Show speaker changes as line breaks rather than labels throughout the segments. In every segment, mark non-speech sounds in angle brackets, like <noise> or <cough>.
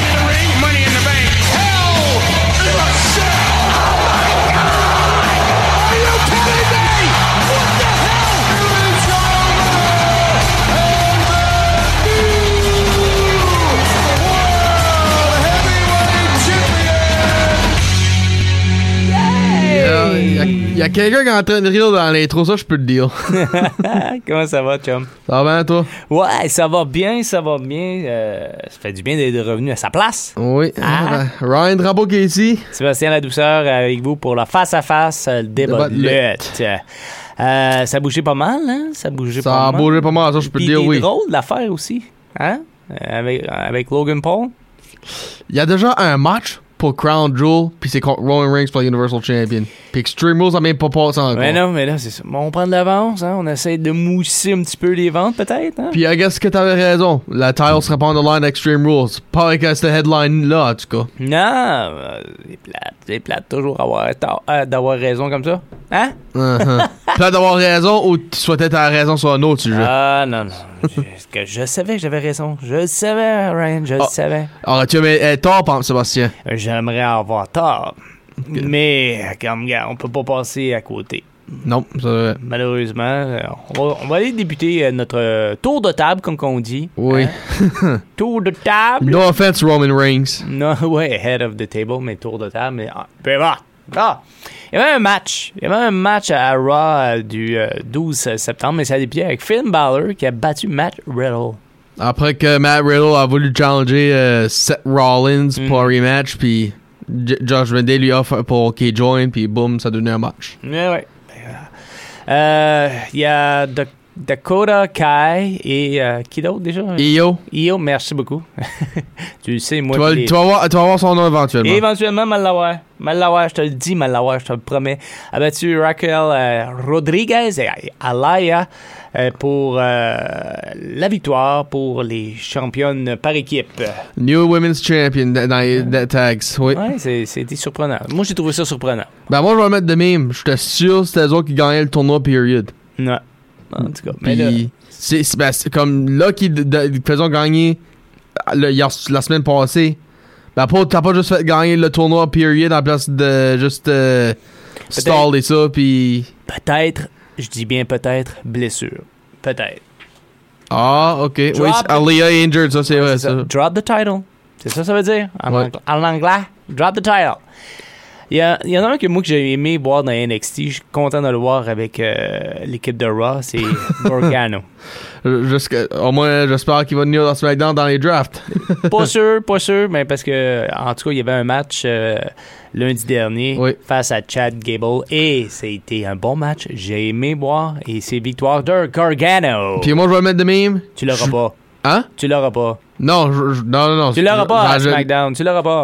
in the ring, money in the bank. Hell in a cell. Are you kidding me? What the hell?
Il y, a quelqu'un qui est en train de rire dans l'intro, ça je peux le dire.
<laughs> Comment ça va, chum?
Ça va bien toi?
Ouais, ça va bien, ça va bien. Euh, ça fait du bien d'être revenu à sa place.
Oui.
Ah.
Euh, Ryan Drapeau qui est ici.
Sébastien La Douceur avec vous pour la face-à-face euh, le débat de
Débat de
lutte. Euh, ça bougeait pas mal, hein? Ça bougeait
Ça
pas
a
mal.
bougé pas mal, ça je peux
Puis
le dire
des
oui.
drôles d'affaires aussi, hein? Euh, Avec, avec Logan Paul.
Il y a déjà un match pour Crown Jewel, puis c'est contre Roman Reigns pour Universal Champion. Puis Extreme Rules a même pas passé encore.
Mais non, mais là, c'est ça. Bon, on prend de l'avance, hein? On essaie de mousser un petit peu les ventes, peut-être, hein?
Puis I guess que t'avais raison, la tile serait pas en line Extreme Rules. Pas avec euh, cette headline là en tout cas.
Non, euh, c'est plate, c'est plate toujours avoir tort- euh, d'avoir raison comme ça. Hein? <laughs>
Uh-huh. Plate d'avoir raison ou tu souhaitais ta raison sur un autre sujet.
Ah non, non. Je, que je savais que j'avais raison. Je le savais, Ryan, je le
Ah.
savais.
Alors tu mais eh, tort, par exemple, Sébastien.
J'aimerais avoir tort. Mais comme gars, on peut pas passer à côté.
Non, ça. euh,
Malheureusement, euh, on va, on va aller débuter euh, notre euh, tour de table, comme qu'on dit.
Oui.
Hein? tour de table.
No offense, Roman Reigns.
Non, <laughs> ouais, head of the table, mais tour de table, mais ah, peu importe. Ah! Il y avait un match. Il y avait un match à Raw euh, du euh, 12 septembre, mais ça a débuté avec Finn Balor qui a battu Matt Riddle.
Après que Matt Riddle a voulu challenger euh, Seth Rollins
Hmm.
pour un rematch, puis J- Josh Vendée lui offre pour qu'il join, puis boum, ça donnait un match.
Ouais, ouais. Euh, Il y a Da- Dakota Kai et euh, qui d'autre déjà
Io,
Io, merci beaucoup. <laughs> tu le sais, moi.
tu vas,
je l'ai-
tu vas voir, tu vas voir son nom éventuellement.
Éventuellement, Malawar. Malawar, je te le dis, Malawar, je te le promets. A battu Raquel euh, Rodriguez et Alaya euh, pour euh, la victoire pour les championnes par équipe.
New Women's Champion dans dans les dans les tags, oui.
Ouais, c'est- c'était surprenant. Moi, j'ai trouvé ça surprenant.
Ben moi, je vais le mettre de même. J'étais sûr que c'était eux autres qui gagnaient le tournoi, period.
Ouais. En tout cas, mais
Puis,
là,
c'est c'est- ben, c'est comme là qu'ils de- de- ils faisaient gagner euh, le- hier- la semaine passée. Ben, pas- t'as pas juste fait gagner le tournoi, period, en place de juste euh, staller ça, puis.
peut-être, je dis bien peut-être, blessure. Peut-être.
Ah, ok. Oui,
Drop-
Alia est injured, ça, c'est vrai,
C'est ça.
ça.
Drop the title. C'est ça ça veut dire en,
Ouais.
ang- en anglais. Drop the title. Il y, a- il y en a un que moi que j'ai aimé voir dans NXT, je suis content de le voir avec euh, l'équipe de Raw,
<laughs>
c'est Morgano.
Je- jusqu'à- Au moins, j'espère qu'il va venir dans SmackDown dans les drafts.
pas sûr, pas sûr, mais parce que en tout cas, il y avait un match euh, lundi dernier
Oui.
face à Chad Gable et c'était un bon match. J'ai aimé voir et c'est victoire de Gargano.
Puis moi, je vais le mettre de même.
tu l'auras pas.
Hein?
Tu l'auras pas.
Non, je- je- non, non, non. Ben,
Tu l'auras pas à
J'ai-
SmackDown. Tu l'auras pas.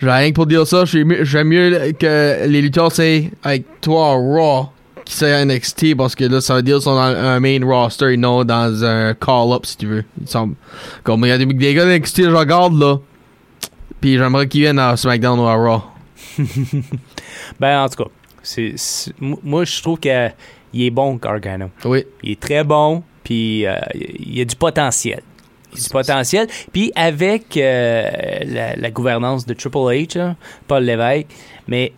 J'ai rien que pour dire ça. J'aime mieux, j'aime mieux que les lutteurs, c'est avec toi, Raw, qui c'est à NXT, parce que là, ça veut dire qu'ils sont dans un main roster et non dans un call-up, si tu veux. Il semble. Comme il y a des, des gars de NXT, je regarde, là. Puis j'aimerais qu'ils viennent à SmackDown ou à Raw.
Ben, en tout cas, c'est, c'est- mo- moi, je trouve qu'il est bon, Gargano.
Oui.
Il est très bon, puis euh, il y a du potentiel. Il y a du potentiel. Puis avec euh, la, la gouvernance de Triple H, là, Paul Lévesque, mais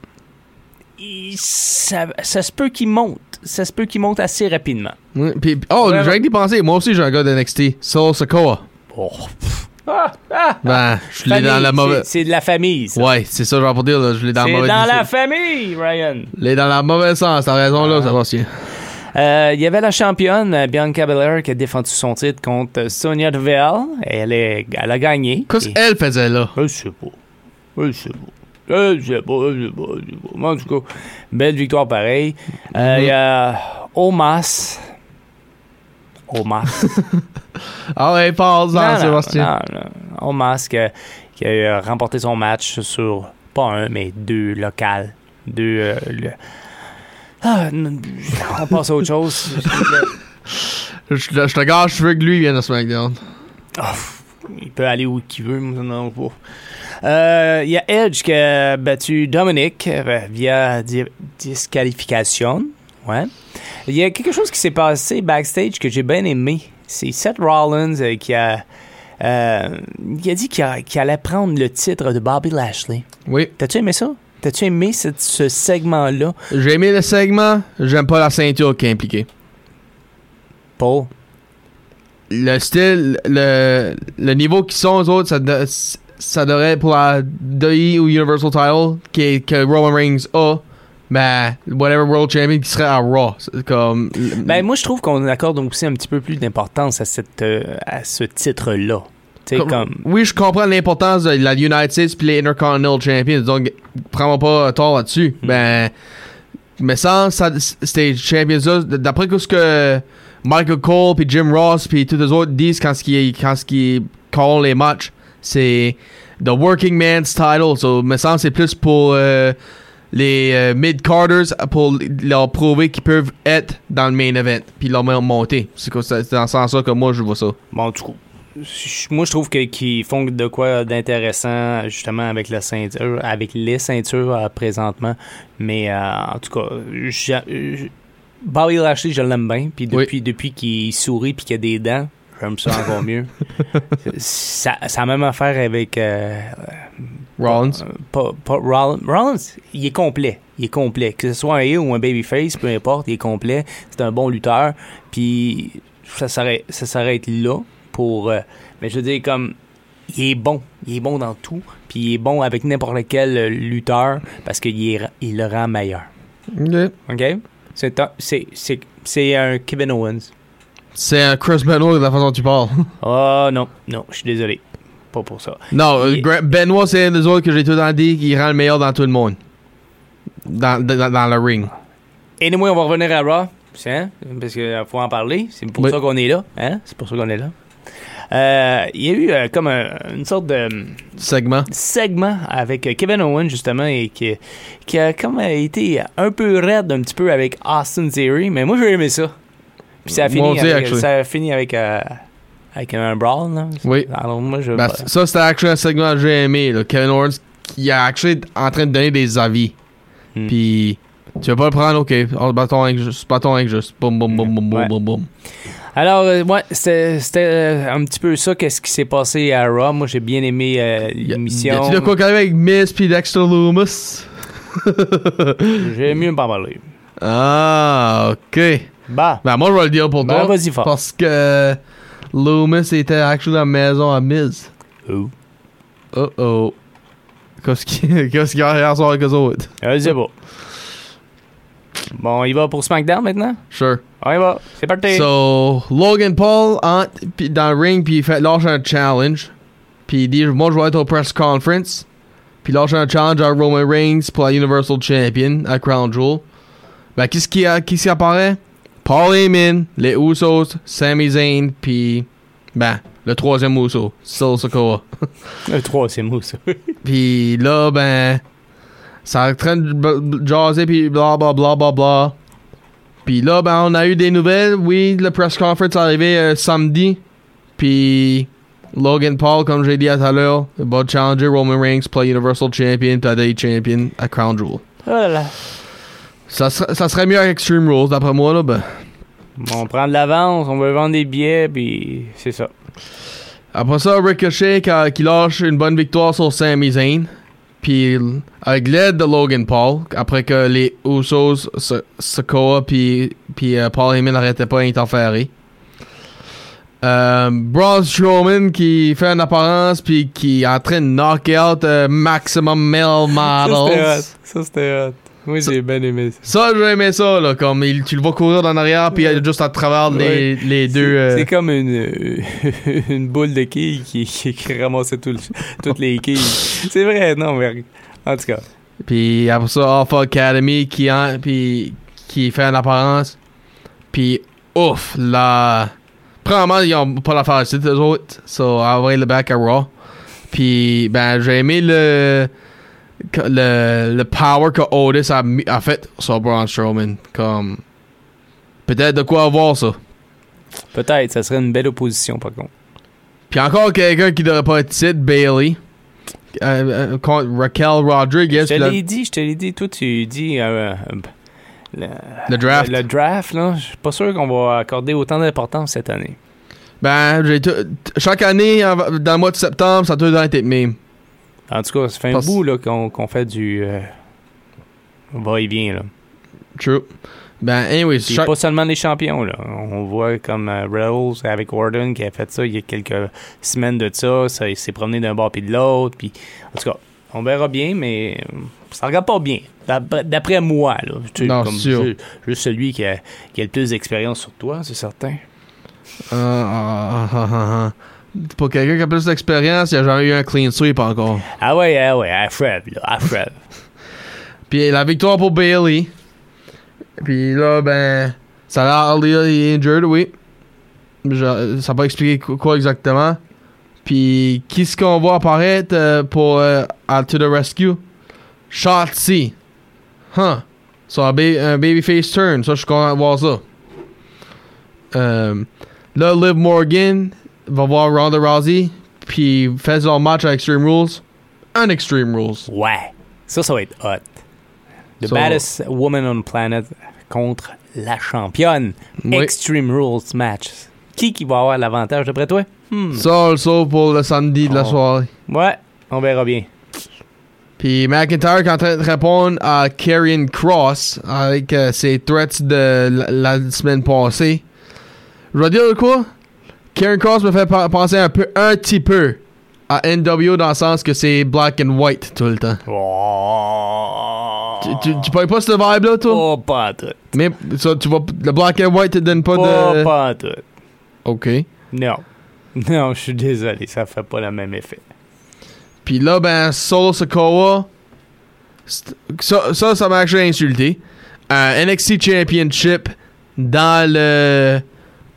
il- ça, ça se peut qu'il monte. Ça se peut qu'il monte assez rapidement.
Oui, puis- puis- oh,
Ouais,
j'ai
ouais.
rien que pensé. Moi aussi, j'ai un gars de NXT. Saul Sokoa.
Oh, pff. Ah, ah,
Ben, je l'ai
famille,
dans la
c'est,
mauvaise.
c'est de la famille, ça.
Ouais, c'est ça, genre pour dire, là, je l'ai dans
c'est
la
dans
mauvaise.
la famille, Ryan.
Je l'ai dans la mauvaise sens, t'as raison là,
Ah.
ça va si.
Euh, Il y avait la championne euh, Bianca Belair qui a défendu son titre contre euh, Sonia Deville. Elle, est, elle a gagné.
Qu'est-ce
Et-
qu'elle faisait là?
Je sais pas. Je sais pas. Je sais pas, je sais pas, je sais pas. Mais En tout cas, belle victoire pareil. Euh, Il y a Omas. Omas.
Ah ouais, passe dans Sébastien.
non, non. Omas que- qui a euh, remporté son match sur pas un, mais deux locales. Deux. euh, le- Ah, non, on passe à autre
<laughs>
chose.
Je, te- je te gâche, je veux que lui vienne à SmackDown.
Ah, il peut aller où qu'il veut. moi, non, pas. Euh, Il y a Edge qui a battu Dominic euh, via di- disqualification. Ouais. Il y a quelque chose qui s'est passé backstage que j'ai bien aimé. C'est Seth Rollins euh, qui a, euh, il a dit qu'il a- qu'il allait prendre le titre de Bobby Lashley.
Oui.
T'as-tu aimé ça? T'as-tu aimé cette- ce segment-là?
J'ai aimé le segment, j'aime pas la ceinture qui est impliquée.
Paul?
Le style, le, le niveau qu'ils sont, eux autres, ça, de- ça devrait pour la DI ou Universal Title qui est- que Roman Reigns a, ben, whatever World Champion qui serait à Raw. C'est Comme,
Ben, moi, je trouve qu'on accorde aussi un petit peu plus d'importance à, cette, euh, à ce titre-là. Tu sais,
Comme-
comme.
Oui, je comprends l'importance de la United States puis les Intercontinental Champions. Donc, prends-moi pas tort là-dessus. Ben, mais sans ça, ces champions-là, d- d'après que ce que Michael Cole puis Jim Ross puis tous les autres disent quand ce qui quand ce qui call les matchs, c'est the working man's title. So, me semble c'est plus pour euh, les euh, mid-carders pour leur prouver qu'ils peuvent être dans le main event puis leur monter. C'est que c'est dans ce sens-là que moi je vois ça.
Bon, du coup. je- Moi, je trouve que- qu'ils font de quoi d'intéressant, justement, avec la ceinture, avec les ceintures euh, présentement. Mais, euh, en tout cas, j'a- j- Bobby Lashley, je l'aime bien. Puis
Oui.
depuis, depuis qu'il sourit puis qu'il a des dents, j'aime ça encore mieux. Ça, ça a même affaire avec. euh,
Rollins.
Euh, Pas, pas Rollins. Rollins, il est complet. Il est complet. Que ce soit un heel ou un babyface, peu importe, il est complet. C'est un bon lutteur. Puis ça s'arrête, ça s'arrête là pour. euh, mais je veux dire, comme. Il est bon. Il est bon dans tout. Puis il est bon avec n'importe quel euh, lutteur parce qu'il est- il le rend meilleur.
Ok.
OK? C'est un, c'est, c'est, c'est un Kevin Owens.
C'est un Chris Benoit de la façon dont tu parles. <laughs>
Oh non, non, je suis désolé. Pas pour ça.
non, euh,
Il-
Gra- Benoit, c'est un des autres que j'ai tout le temps dit qui rend le meilleur dans tout le monde. Dans, dans, dans le ring.
Anyway, on va revenir à Raw, c'est, hein, parce qu'il faut en parler. C'est pour
Oui.
ça qu'on est là. Hein? C'est pour ça qu'on est là. Euh, Il y a eu euh, comme un- une sorte de hum,
Segment.
segment avec euh, Kevin Owen justement et qui, qui a comme euh, été un peu raide un petit peu avec Austin Theory, mais moi j'ai aimé ça. Puis ça a
Moi
fini,
aussi,
avec,
actually.
ça a fini avec, euh, avec un brawl. Là.
Oui.
Alors moi je.
Ben, c- ça, c'était actually un segment que j'ai aimé. là. Kevin Owens qui est actually en train de donner des avis.
Hmm.
Puis, tu vas pas le prendre, ok. Oh, bâton injuste, bâton injuste. Boum, boum, boum, boum,
Ouais.
boum, boum, boum.
Alors, euh, ouais, c'était c'était, euh, un petit peu ça, qu'est-ce qui s'est passé à Raw. Moi, j'ai bien aimé euh,
Y a-
l'émission.
Y a-tu de quoi quand même avec Miss puis Dexter Loomis?
J'ai mieux pas parler.
Ah, ok.
Bah,
Ben, moi, je vais le dire pour
ben
toi.
vas-y fort.
Parce que Loomis était actually dans la maison à Miz.
Oh.
Oh oh. Qu'est-ce qui- <laughs> qu'est-ce qu'il y a à soir avec eux autres?
Euh, c'est bon. Bon, il va pour SmackDown maintenant?
Sure.
On y va. C'est parti.
So, Logan Paul entre pis dans le ring, puis il fait, lâche un challenge. Puis il dit Moi, je vais être au press conference. Puis il lâche un challenge à Roman Reigns pour la Universal Champion à Crown Jewel. Ben, qu'est-ce qui, a- qu'est-ce qui apparaît Paul Heyman, les Usos, Sami Zayn, puis. Ben, le troisième Uso, Solo Sokoa.
Le 3, c'est mou, ça.
Puis là, ben, ça est en train de b- b- jaser, puis bla bla bla bla bla. Puis là, ben, on a eu des nouvelles. Oui, le press conference est arrivé euh, samedi. Puis Logan Paul, comme j'ai dit tout à l'heure, va challenger Roman Reigns pour la Universal Champion, puis la Day Champion à Crown Jewel.
Oh là là.
Ça, ser- ça serait mieux avec Extreme Rules, d'après moi, là, ben.
Bon, on prend de l'avance, on veut vendre des billets, puis c'est ça.
Après ça, Ricochet qui, a- qui lâche une bonne victoire sur Sami Zayn. Puis avec l'aide de Logan Paul, après que les Usos, S- Sokoa puis puis, euh, Paul Heyman n'arrêtaient pas d'interférer. Euh, Braun Strowman qui fait une apparence puis qui est en train de knock out euh, Maximum Male Models.
<laughs> Ça, c'était hot. Moi, j'ai bien aimé ça.
Ça, j'aimais ça, là, comme il- tu le vois courir dans l'arrière puis il est juste à travers les, les deux... euh,
C'est c'est comme une, euh, <laughs> une boule de quilles qui, qui, qui ramassait tout le- toutes les quilles. C'est vrai, non, mais en tout cas.
Puis après ça, Alpha Academy qui, en- puis, qui fait en apparence. Puis ouf, là. Premièrement, ils ont pas l'affaire ici, eux autres. So, envoyer le back à Raw. Puis, ben, j'ai aimé le. que- Le, le power que Otis a, mis- a fait sur Braun Strowman. Comme. Peut-être de quoi avoir ça.
Peut-être, ça serait une belle opposition, par contre.
Puis encore quelqu'un qui devrait pas être titre, Bailey. euh, contre Raquel Rodriguez.
Je te
puis la-
l'ai dit, je te l'ai dit. Toi, tu dis euh, euh, le,
le draft.
le draft, là. Je suis pas sûr qu'on va accorder autant d'importance cette année.
Ben, j'ai tout- chaque année, en- dans le mois de septembre, ça a toujours été le même.
En tout cas, ça fait un
Parce-
bout là, qu'on qu'on fait du euh, va-et-vient. là.
True. Ben, anyways,
Puis
chaque-
pas seulement les champions. Là. On voit comme euh, Reynolds avec Warden qui a fait ça il y a quelques semaines de ça. ça il s'est promené d'un bord puis de l'autre. Puis... En tout cas, on verra bien, mais euh, ça regarde pas bien. D'ap- D'après moi, là, Tu sais,
Non,
comme
sûr.
ju- juste celui qui a, qui a le plus d'expérience sur toi, c'est certain.
Ah, ah, ah, ah, ah. Pour quelqu'un qui a plus d'expérience, il a jamais eu un clean sweep encore.
Ah ouais, ah ouais, à Fred, là, à Fred.
Puis la victoire pour Bailey. Puis là, ben, Sarah Ali est injured, oui. Je- ça n'a pas expliqué qu- quoi exactement. Puis qui ce qu'on voit apparaître euh, pour euh, Out to the Rescue? Shotzi. Huh. So, un, ba- un babyface turn. Ça, je suis content de voir ça. Euh, là, Liv Morgan va voir Ronda Rousey. Puis fait son match à Extreme Rules. Un Extreme Rules.
Ouais. Ça, ça va être hot. The
Ça-
baddest woman on planet contre la championne.
Oui.
Extreme Rules match. Qui qui va avoir l'avantage d'après toi? Hmm.
Ça, also pour le samedi de la
Oh.
soirée.
Ouais, on verra bien.
Puis McIntyre qui est en train de répondre à Karrion Cross avec euh, ses threats de la, la semaine passée. Je vais dire quoi? Karrion Cross me fait pa- penser un peu, un petit peu à NWO dans le sens que c'est black and white tout le temps.
Oh,
Tu, tu, tu payes pas ce vibe là, toi?
Oh, pas en tout.
Mais ça, tu vois, le black and white te donne pas
Oh,
de.
pas en tout.
Ok.
Non. <laughs> Non, je suis désolé, ça fait pas le même effet.
Puis là, ben, Solo Sokoa, c't- ça, ça, ça m'a actually insulté. Euh, NXT Championship dans le.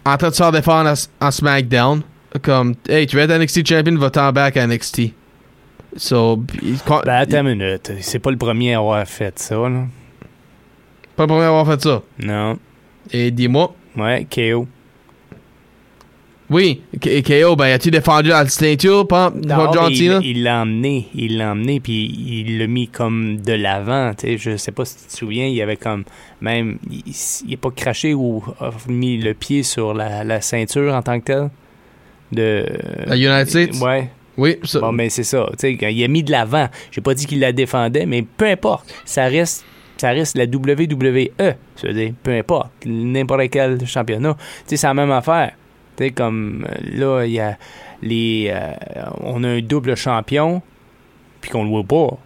En train de se faire défendre à S- en SmackDown. Comme, hey, tu veux être NXT Champion, va-t'en back à NXT. So, pis- quand-
Ben, attends une minute. C'est pas le premier à avoir fait ça, là.
pas le premier à avoir fait ça.
Non.
Et dis-moi,
Ouais, KO. oui
oui, K- KO, ben, as-tu défendu la ceinture, pas
Non,
pas John
mais ben,
Cena?
il- il l'a emmené, il l'a emmené, puis il l'a mis comme de l'avant. tu sais. Je sais pas si tu te souviens, il y avait comme même, il, il est pas craché ou a mis le pied sur la, la ceinture en tant que telle. De,
La United States?
Ouais,
Oui, ça.
bon, mais c'est ça. tu sais, quand il a mis de l'avant. J'ai pas dit qu'il la défendait, mais peu importe. Ça reste, ça reste la WWE. Ça veut dire, peu importe. N'importe quel championnat. Tu sais, c'est la même affaire. Tu sais, comme euh, là, il y a les. euh, on a un double champion, puis qu'on le voit pas.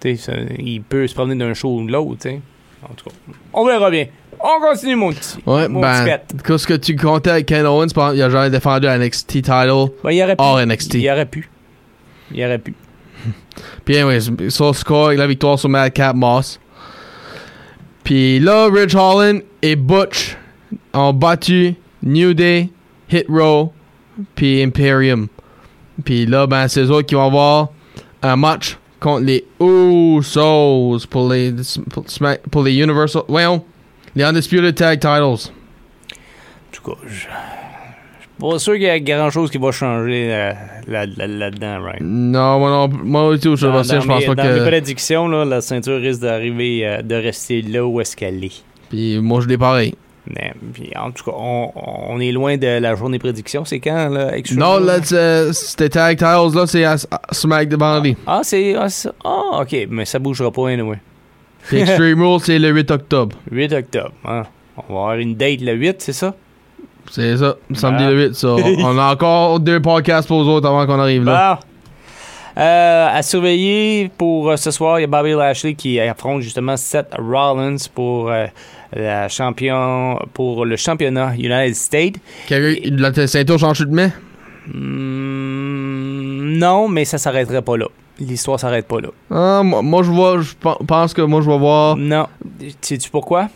Tu sais, ça- il peut se promener d'un show ou de l'autre. tu sais. En tout cas, on verra bien. On continue, mon petit.
ouais,
mon
ben,
petit pet.
qu'est-ce que tu comptais avec Ken Owens? par- Il a jamais défendu la NXT title.
Ben, il aurait pu.
hors NXT.
Il aurait pu. Il aurait pu.
Puis, anyways, son score avec la victoire sur Madcap Moss. Puis là, Ridge Holland et Butch ont battu New Day, Hit Row, puis Imperium. Puis là, ben, c'est eux autres qui vont avoir un match contre les Usos pour les, pour, Smack- pour les Universal. Voyons, les Undisputed Tag Titles.
En tout cas, je je suis pas sûr qu'il y a grand chose qui va changer euh, là- là- là-dedans, right?
Non, moi non, moi aussi, je,
Dans,
Sébastien,
dans
je pense
mes,
pas
dans
que.
mes prédictions, là, la ceinture risque d'arriver, euh, de rester là où est-ce qu'elle est.
Puis moi, je l'ai pareil.
Mais, puis, en tout cas, on, on est loin de la journée prédiction. C'est quand, là? Extreme
Non,
Rules?
là, c'est- c'était uh, Tag Titles, là, c'est à à Smack de Bandit.
<laughs> Ah, c'est... Ah, c'est- ah, OK. Mais ça bougera pas, anyway.
Puis Extreme Rules, c'est le 8 octobre.
8 octobre, hein? On va avoir une date le 8, c'est ça?
C'est ça, samedi
Ah.
le 8. Ça.
<laughs>
On a encore deux podcasts pour les autres avant qu'on arrive là.
Bon. Euh, à surveiller pour euh, ce soir, il y a Bobby Lashley qui affronte justement Seth Rollins pour, euh, la champion, pour le championnat United States.
Quelqu'un, la t- ceinture change de main?
Hmm, non, mais ça s'arrêterait pas là. L'histoire s'arrête pas là.
Ah, moi, moi, je vois, je pen- pense que moi je vais voir.
Non. Sais-tu pourquoi?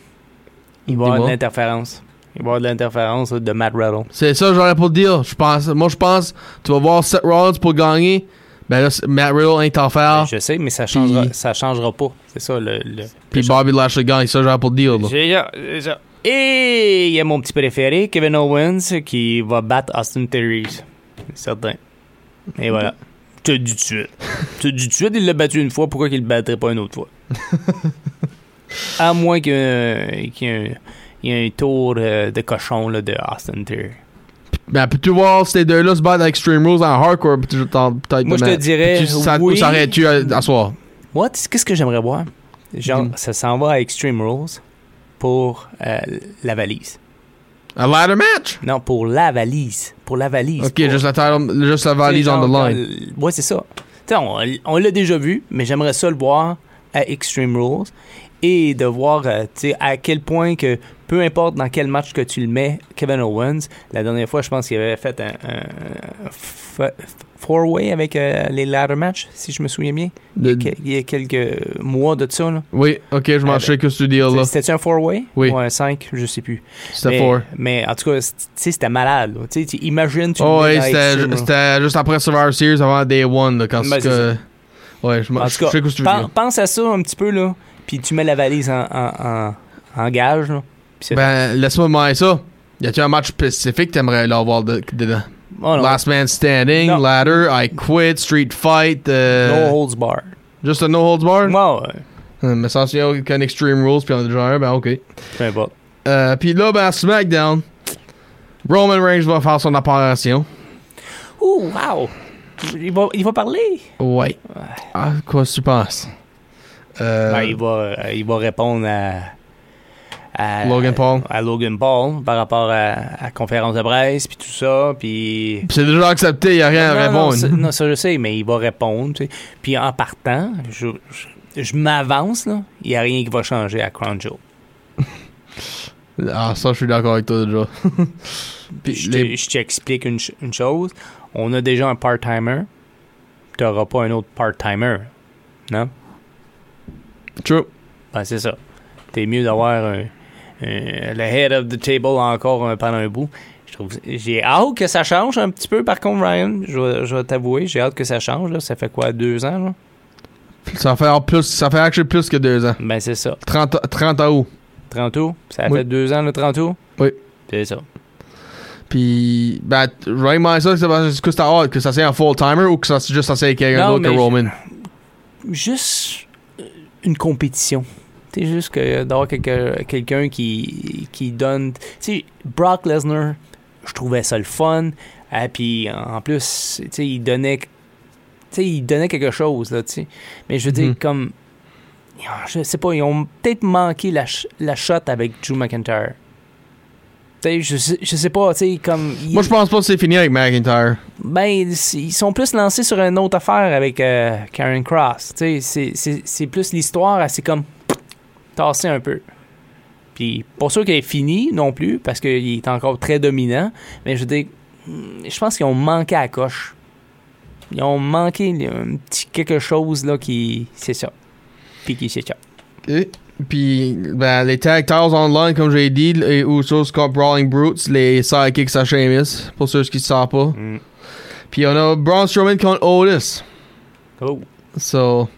Il va y avoir
Dis-moi.
de l'interférence. Il va y avoir de l'interférence de Matt Rattle.
C'est ça, j'aurais pour te dire. Je pense, moi je pense, tu vas voir Seth Rollins pour gagner. Ben là, c'est Matt Riddle interfère.
Je sais, mais ça changera,
Ah. Puis-
ça changera pas. C'est ça le. le-
Puis
le-
Bobby Lashley gagne. Ça, j'aurais pour te dire. là.
C'est ça, c'est ça. Et il y a mon petit préféré, Kevin Owens, qui va battre Austin Theory. certain. Et voilà. Tu as dit tout de suite. Tu as dit tout de suite, il l'a battu une fois, pourquoi qu'il le battrait pas une autre
<laughs>
fois? à moins qu'il y ait un, il y ait un tour euh, de cochon là, de Austin Theory.
Ben, peux-tu voir ces deux-là se battre à Extreme Rules en hardcore? Puis tu- t'en- peut-être
Moi, je te
demain.
dirais.
Puis tu- ça,
oui.
Ou ça aurait-tu à, à soir?
What? Qu'est-ce que j'aimerais voir? Genre,
Dis-moi.
ça s'en va à Extreme Rules pour euh, la valise.
A ladder match?
Non, pour la valise. Pour la valise.
Ok,
Pour-
juste la, title- juste la valise
C'est
on the
genre
line.
quand- ouais, c'est ça. Tu sais, on, on l'a déjà vu, mais j'aimerais ça le voir à Extreme Rules et de voir euh, tu sais, à quel point que peu importe dans quel match que tu le mets, Kevin Owens, la dernière fois, je pense qu'il avait fait un, un- un f- four-way avec euh, les ladder matchs, si je me souviens bien,
De-
que- il y a quelques mois de ça. là.
Oui, ok, je m'en
ben,
sais que ce deal-là.
C'était-tu un four-way?
Oui.
Ou un 5, je sais plus.
C'était
mais,
four.
mais en tout cas, c'est- tu sais, c'était malade. là. Tu sais, tu- imagine, tu le
Oh,
mets
ouais,
dans
c'était
Extreme Rules.
c'était juste après Survivor Series, avant Day One, Oh, là, quand
Ben,
c'est
c'est
que... Ouais, je m'en
En
je
tout cas,
sais que ce
pen-
deal.
pense à ça un petit peu, là. Puis tu mets la valise en, en, en, en gage, là. Puis c'est-
Ben, laisse-moi demander ça. Y a-tu un match spécifique que t'aimerais là, avoir de- dedans?
Oh, non.
Last Man Standing,
Non.
Ladder, I Quit, Street Fight, euh,
No holds bar.
juste un No Holds Bar?
Moi, ouais,
Euh, Mais sans signer qu'un Extreme Rules, puis on a déjà un, ben ok.
peu importe.
Euh, puis là, ben à SmackDown, Roman Reigns va faire son apparition.
Ouh, wow! Il va, il va parler?
Ouais. Ah, quoi tu penses? Euh,
Ben, il, va, euh, il va répondre à... à-
Logan Paul.
À Logan Paul, par rapport à, à la conférence de presse, puis tout ça, puis...
Pis c'est déjà accepté, y a rien à
Non, non, ça-
répondre.
Non, ça je sais, mais il va répondre. tu sais. Puis en partant, je, je, je m'avance, là. Il n'y a rien qui va changer à Crown Jewel.
ah, ça, je suis d'accord avec toi
<laughs>
déjà. Puis
je,
les-
te- je t'explique une, ch- une chose. On a déjà un part-timer. Tu n'auras pas un autre part-timer. Non?
True.
Ben, c'est ça. T'es mieux d'avoir un, un- le head of the table encore un, pendant un bout. Je trouve- J'ai hâte que ça change un petit peu, par contre, Ryan. Je vais, je vais t'avouer, j'ai hâte que ça change. là. Ça fait quoi, deux ans? Là?
Ça fait en plus, ça fait actually plus que deux ans.
Ben, c'est ça.
30, 30 août.
30 août? Ça a
Oui.
fait deux ans, le 30 août?
Oui.
C'est ça.
Puis, ben, t- vraiment ça, que ça va- est-ce que c'est hâte que ça soit un full-timer ou que ça soit juste assez quelqu'un
Non,
d'autre que
mais je-
Roman?
juste euh, une compétition. C'est juste que d'avoir quelqu'un quelqu'un qui, qui donne. Tu sais, Brock Lesnar, je trouvais ça le fun. Ah, puis en plus, tu sais, il donnait. Tu sais, il donnait quelque chose, là, tu sais. Mais je veux
Mhm.
dire, comme. ah, Je sais pas, ils ont peut-être manqué la, ch- la shot avec Drew McIntyre. Tu sais, je sais, je sais pas, tu sais, comme. il-
Moi, je pense pas que c'est fini avec McIntyre.
ben, ils ils sont plus lancés sur une autre affaire avec euh, Karen Cross. Tu sais, c'est- c'est c'est plus l'histoire, elle s'est comme tassée un peu. Puis, pas sûr qu'elle est finie non plus, parce qu'il est encore très dominant. Mais je veux dire, hmm, je pense qu'ils ont manqué à la coche. Ils ont manqué là, un petit quelque chose là qui. C'est ça. Puis qui c'est ça.
Et- Puis, ben, les tag titles online, comme j'ai dit, les Usos, Scott Brawling Brutes, les sidekicks à Sheamus, pour ceux qui ne savent pas.
Mm.
Puis on a Braun Strowman contre Otis.
Oh.
So,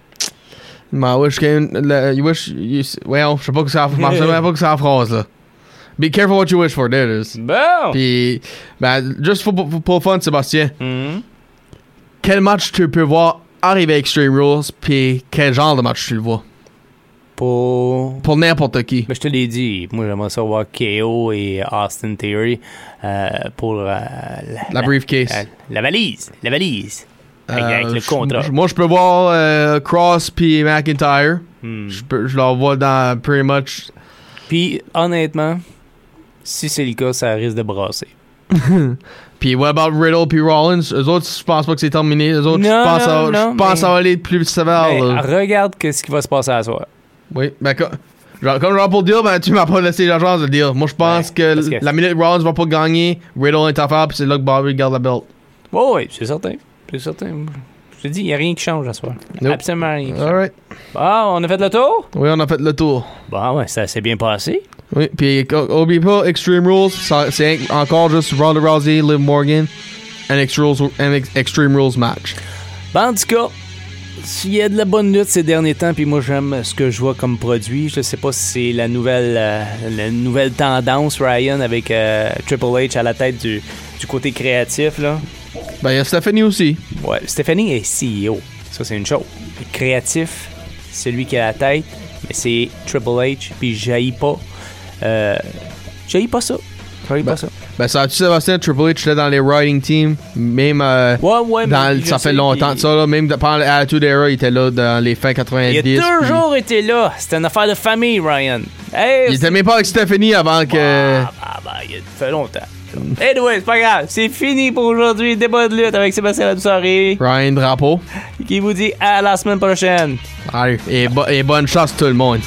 my wish came, la- you wish, you, s- well, je sais pas que ça, je sais même pas que c'est la phrase, là. Be careful what you wish for, there it is.
Bon!
Puis, ben, juste pour, pour, pour le fun, Sébastien,
Hmm.
quel match tu peux voir arriver à Extreme Rules, puis quel genre de match tu le vois?
Pour.
Pour n'importe qui.
Mais je te l'ai dit, moi j'aimerais ça voir KO et Austin Theory euh, pour euh, la,
La
la-
briefcase.
la- la valise. La valise. Avec- avec
Euh,
le
je-
contrat.
je- moi, je peux voir euh, Cross puis McIntyre.
Hmm.
Je, peux, je leur vois dans pretty much.
Puis honnêtement, si c'est le cas, ça risque de brasser.
Puis what about Riddle puis Rollins? Eux autres, je pense pas que c'est terminé. Eux autres,
Non,
je pense, à-
non,
je
non,
pense
mais-
ça va aller plus sévère.
Mais
là.
regarde que ce qui va se passer à soir.
Oui, ben comme, genre, comme genre pour le dire, ben tu m'as pas laissé la chance de le dire. Moi, je pense
Ouais,
que,
parce que-
la minute Rollins va pas gagner, Riddle est à faire, puis c'est là que Bobby garde la belt.
Oui, oui, c'est certain. C'est certain. Je te dis, il n'y a rien qui change à soir.
Nope.
Absolument rien. qui change.
Alright.
Ah, on a fait le tour?
Oui, on a fait le tour.
Bon, ouais, ça s'est bien passé.
Oui, puis o- oublie pas Extreme Rules, ça- c'est encore juste Ronda Rousey, Liv Morgan, un Extreme Rules, un Ex- Extreme Rules match.
Ben, en tout cas, s'il y a de la bonne lutte ces derniers temps, puis moi j'aime ce que je vois comme produit. Je sais pas si c'est la nouvelle euh, la nouvelle tendance, Ryan, avec euh, Triple H à la tête du, du côté créatif. Là.
Ben, il y a Stephanie aussi.
Ouais, Stéphanie est CEO. Ça, c'est une chose. Créatif, c'est lui qui a la tête, mais c'est Triple H, puis jaillit pas. Euh, jaillit pas ça. Jaillit
Ben-
pas ça.
Ben, savais-tu, Sébastien, Triple H était dans les riding teams, même euh,
Ouais, ouais,
dans,
mais je
ça fait
sais
longtemps
qu'il-
de ça, là, même de- pendant l'Attitude Era, il était là dans les fins 90.
Il a
puis-
toujours été là. C'était une affaire de famille, Ryan. Hey,
Il
c'est-
était même pas avec Stephanie avant que.
Ah, bah, bah, il fait longtemps. Anyway, c'est pas grave. C'est fini pour aujourd'hui. Débat de lutte avec Sébastien Ladoussari
Ryan Drapeau.
qui vous dit à la semaine prochaine.
Allez, et, bo- et bonne chance tout le monde.